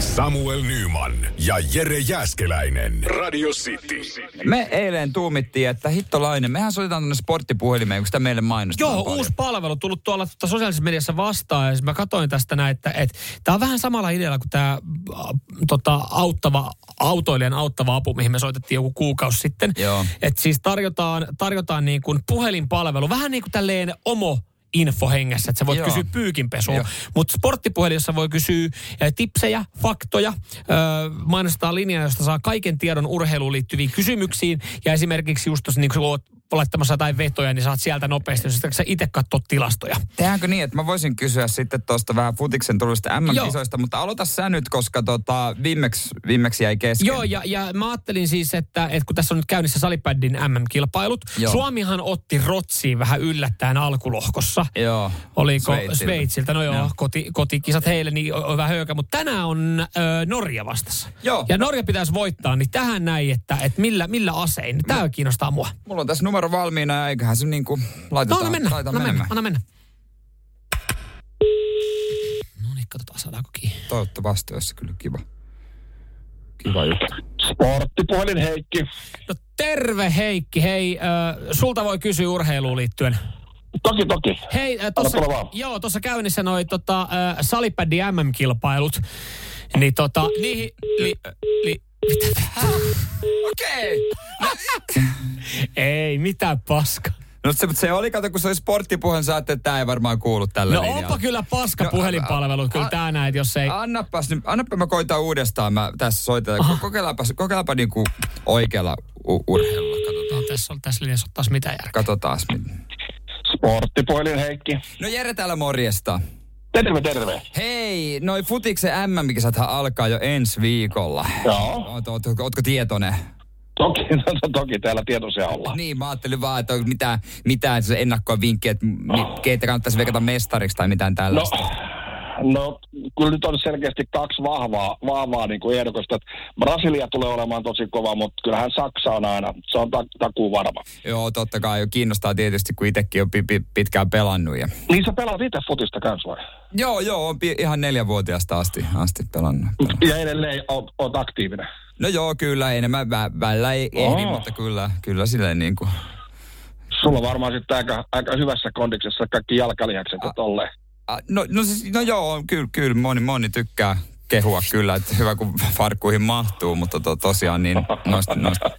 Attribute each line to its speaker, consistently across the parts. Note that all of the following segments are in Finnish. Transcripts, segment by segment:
Speaker 1: Samuel Nyman ja Jere Jäskeläinen. Radio City.
Speaker 2: Me eilen tuumittiin, että hittolainen, mehän soitetaan tänne sporttipuhelimeen, kun sitä meille mainostetaan
Speaker 3: Joo,
Speaker 2: paljon.
Speaker 3: uusi palvelu tullut tuolla tuota sosiaalisessa mediassa vastaan. Ja siis mä katsoin tästä näin, että et, tämä on vähän samalla idealla kuin tämä tota, auttava, autoilijan auttava apu, mihin me soitettiin joku kuukausi sitten.
Speaker 2: Joo.
Speaker 3: Et siis tarjotaan, tarjotaan niin kuin puhelinpalvelu, vähän niin kuin tälleen omo info hengessä, että sä voit
Speaker 2: Joo.
Speaker 3: Joo. kysyä pyykinpesua.
Speaker 2: Joo.
Speaker 3: Mutta sporttipuhelin, jossa voi kysyä eh, tipsejä, faktoja, ö, mainostetaan linjaa, josta saa kaiken tiedon urheiluun liittyviin kysymyksiin. Ja esimerkiksi just tuossa, niin kun oot laittamassa jotain vetoja, niin saat sieltä nopeasti, jos et sä itse katsoa tilastoja.
Speaker 2: Tehdäänkö niin, että mä voisin kysyä sitten tuosta vähän futiksen tulista MM-kisoista, mutta aloita sä nyt, koska tota, viimeksi, viimeksi jäi kesken.
Speaker 3: Joo, ja, ja mä ajattelin siis, että, että kun tässä on nyt käynnissä salipäddin MM-kilpailut,
Speaker 2: Joo.
Speaker 3: Suomihan otti Rotsiin vähän yllättäen alkulohkossa.
Speaker 2: Joo.
Speaker 3: Oliko
Speaker 2: E- Sveitsiltä.
Speaker 3: Sveitsiltä, no joo,
Speaker 2: Joo.
Speaker 3: Koti, kotikisat heille, niin on on vähän höökä, mutta tänään on ö, Norja vastassa.
Speaker 2: Joo.
Speaker 3: Ja Norja pitäisi voittaa, niin tähän näin, että, että millä, millä asein,
Speaker 2: No.
Speaker 3: tämä kiinnostaa mua.
Speaker 2: Mulla on tässä numero valmiina ja eiköhän se niin kuin
Speaker 3: No
Speaker 2: laitetaan.
Speaker 3: anna mennä,
Speaker 2: laitetaan
Speaker 3: anna mennä,
Speaker 2: menemään.
Speaker 3: anna mennä. No niin, katsotaan saadaanko kiinni.
Speaker 2: Toivottavasti olisi kyllä kiva. Kiva juttu.
Speaker 4: Sporttipuhelin Heikki.
Speaker 3: No terve Heikki, hei, ö, sulta voi kysyä urheiluun liittyen.
Speaker 4: Toki, toki.
Speaker 3: Hei, äh, tuossa,
Speaker 4: tulla vaan.
Speaker 3: joo, tuossa käynnissä noi tota, äh, salipädi MM-kilpailut. Niin tota, niihin, li, li, mitä?
Speaker 2: Okei! Okay.
Speaker 3: Ei, mitä paska.
Speaker 2: No se, se oli, kato, kun se oli sporttipuhe, niin sä ajattelit, että tää ei varmaan kuulu tällä
Speaker 3: No
Speaker 2: linjalla.
Speaker 3: onpa kyllä paska
Speaker 2: No,
Speaker 3: no,
Speaker 2: a-
Speaker 3: puhelinpalvelu, kyllä
Speaker 2: a-
Speaker 3: tää näet, jos ei.
Speaker 2: Annapas nyt, annapa mä koitan uudestaan, mä tässä soitan. Kokeillaanpa, kokeillaanpa niinku oikealla u- urheilulla, katsotaan.
Speaker 3: No, tässä on tässä linjassa taas mitä järkeä.
Speaker 2: Katsotaan. mit-
Speaker 4: Sporttipuhelin Heikki.
Speaker 2: No Jere täällä morjesta.
Speaker 4: Terve, terve.
Speaker 2: Hei, noi futiksen MM-kisathan alkaa jo ensi viikolla.
Speaker 4: Joo.
Speaker 2: Oot, oot, ootko tietoinen?
Speaker 4: Toki, no, toki täällä tiedossa ollaan.
Speaker 2: Niin, mä ajattelin vaan, että onko mitään, mitään se ennakkoa vinkkiä, että mi- keitä kannattaisi vekata mestariksi tai mitään
Speaker 4: No,
Speaker 2: tällaista.
Speaker 4: no, kyllä nyt on selkeästi kaksi vahvaa, vahvaa niin kuin ehdokasta. Brasilia tulee olemaan tosi kova, mutta kyllähän Saksa on aina, se on tak- takuu varma.
Speaker 2: Joo, totta kai. Kiinnostaa tietysti, kun itsekin on pi- pi- pitkään pelannut. Ja...
Speaker 4: Niin sä pelaat itse futista kans vai?
Speaker 2: Joo, joo, on pi- ihan neljävuotiaasta asti, asti pelannut.
Speaker 4: Mm. Ja edelleen oot, oot aktiivinen.
Speaker 2: No joo, kyllä, enemmän vä- välillä ei ehdi,
Speaker 4: Oo.
Speaker 2: mutta kyllä, kyllä silleen niin kuin...
Speaker 4: Sulla on varmaan sitten aika, aika hyvässä kondiksessa kaikki jalkalihakset ja tolleen.
Speaker 2: Ah, No, no, siis, no joo, kyllä, kyllä moni, moni tykkää kehua kyllä, että hyvä kun farkkuihin mahtuu, mutta to, tosiaan niin noista, noista,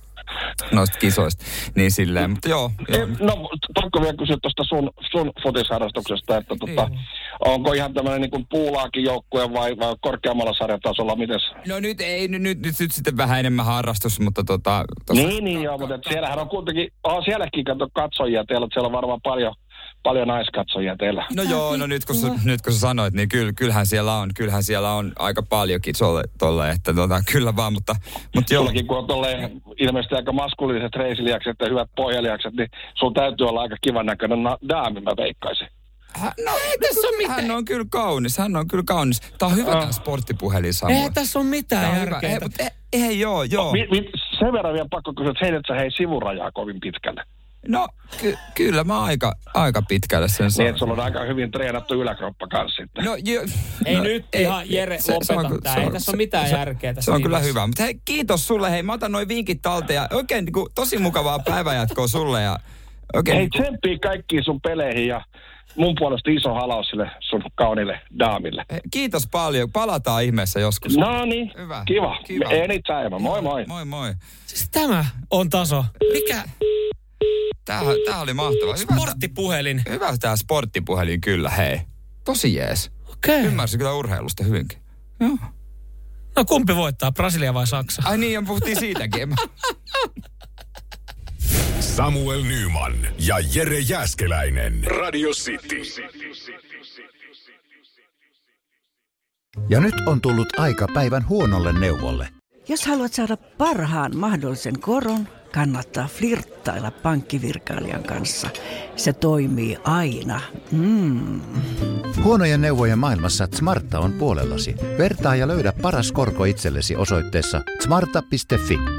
Speaker 2: noista kisoista, niin silleen, mutta joo.
Speaker 4: Ei,
Speaker 2: joo.
Speaker 4: No, pakko vielä kysyä tuosta sun, sun futisharrastuksesta, että tota, onko ihan tämmöinen niin puulaakin joukkue vai, vai korkeammalla sarjatasolla, miten
Speaker 2: No nyt ei, nyt, nyt, nyt, nyt sitten vähän enemmän harrastus, mutta tota... Tos,
Speaker 4: Niin, niin joo, mutta et siellähän on kuitenkin, on sielläkin kato katsojia teillä, että siellä on varmaan paljon, paljon naiskatsojia teillä.
Speaker 2: No joo, no nyt kun, sä, nyt kun sä sanoit, niin kyllä, kyllähän siellä on, kyllähän siellä on aika paljonkin tolle, tolle että tota, kyllä vaan, mutta, mutta joo.
Speaker 4: Sullakin kun on tolleen ilmeisesti aika maskuliiset reisilijakset ja hyvät pohjalijakset, niin sun täytyy olla aika kivan näköinen na- daami, mä veikkaisin.
Speaker 2: Hän, no ei tässä ole mitään. Hän on kyllä kaunis, hän on kyllä kaunis. Tää on hyvä
Speaker 4: Ah.
Speaker 2: tää sporttipuhelin, Samuel.
Speaker 3: Eihän tässä on
Speaker 2: Tää
Speaker 3: mitään
Speaker 2: on hyvä.
Speaker 3: järkeä.
Speaker 2: Ei, mutta ei, ei, joo, joo.
Speaker 4: Mi- mi- sen verran vielä pakko kysyä, että heidät sä hei sivurajaa kovin pitkälle.
Speaker 2: No, ky- kyllä mä aika, aika pitkälle sen
Speaker 4: Niin,
Speaker 2: sanon.
Speaker 4: että sulla on aika hyvin treenattu yläkroppa kanssa sitten.
Speaker 2: No, jo,
Speaker 3: Ei
Speaker 2: no,
Speaker 3: nyt ihan, Jere, lopeta
Speaker 2: kyllä-
Speaker 3: tää.
Speaker 2: se
Speaker 3: Ei tässä ole mitään järkeä tässä
Speaker 2: Se on kyllä
Speaker 3: linjassa.
Speaker 2: hyvä. Mutta hei, kiitos sulle. Hei, mä otan noin vinkit talteen. Ja oikein niin kuin, tosi mukavaa päivänjatkoa sulle. Ja, oikein,
Speaker 4: Hei,
Speaker 2: niin kuin,
Speaker 4: tsemppii kaikkiin sun peleihin ja mun puolesta iso halaus sille sun kauniille daamille.
Speaker 2: hei, kiitos paljon. Palataan ihmeessä joskus.
Speaker 4: No niin,
Speaker 2: Hyvä.
Speaker 4: kiva.
Speaker 2: Kiva.
Speaker 4: kiva. Anytime, moi moi.
Speaker 2: Moi moi.
Speaker 3: Siis tämä on taso. Mikä
Speaker 2: Tää, tää oli mahtavaa. Hyvä,
Speaker 3: sporttipuhelin?
Speaker 2: tää, hyvä tää sporttipuhelin kyllä, hei. Tosi jees.
Speaker 3: Okei. Okay.
Speaker 2: Ymmärsin kyllä urheilusta hyvinkin. Joo.
Speaker 3: No kumpi voittaa, Brasilia vai Saksa?
Speaker 2: Ai niin, ja puhuttiin siitäkin. En mä-
Speaker 1: Samuel Nyman ja Jere Jäskeläinen. Radio City.
Speaker 5: Ja nyt on tullut aika päivän huonolle neuvolle.
Speaker 6: Jos haluat saada parhaan mahdollisen koron, kannattaa flirttailla pankkivirkailijan kanssa. Se toimii aina. Mm.
Speaker 5: Huonojen neuvojen maailmassa Smarta on puolellasi. Vertaa ja löydä paras korko itsellesi osoitteessa smarta.fi.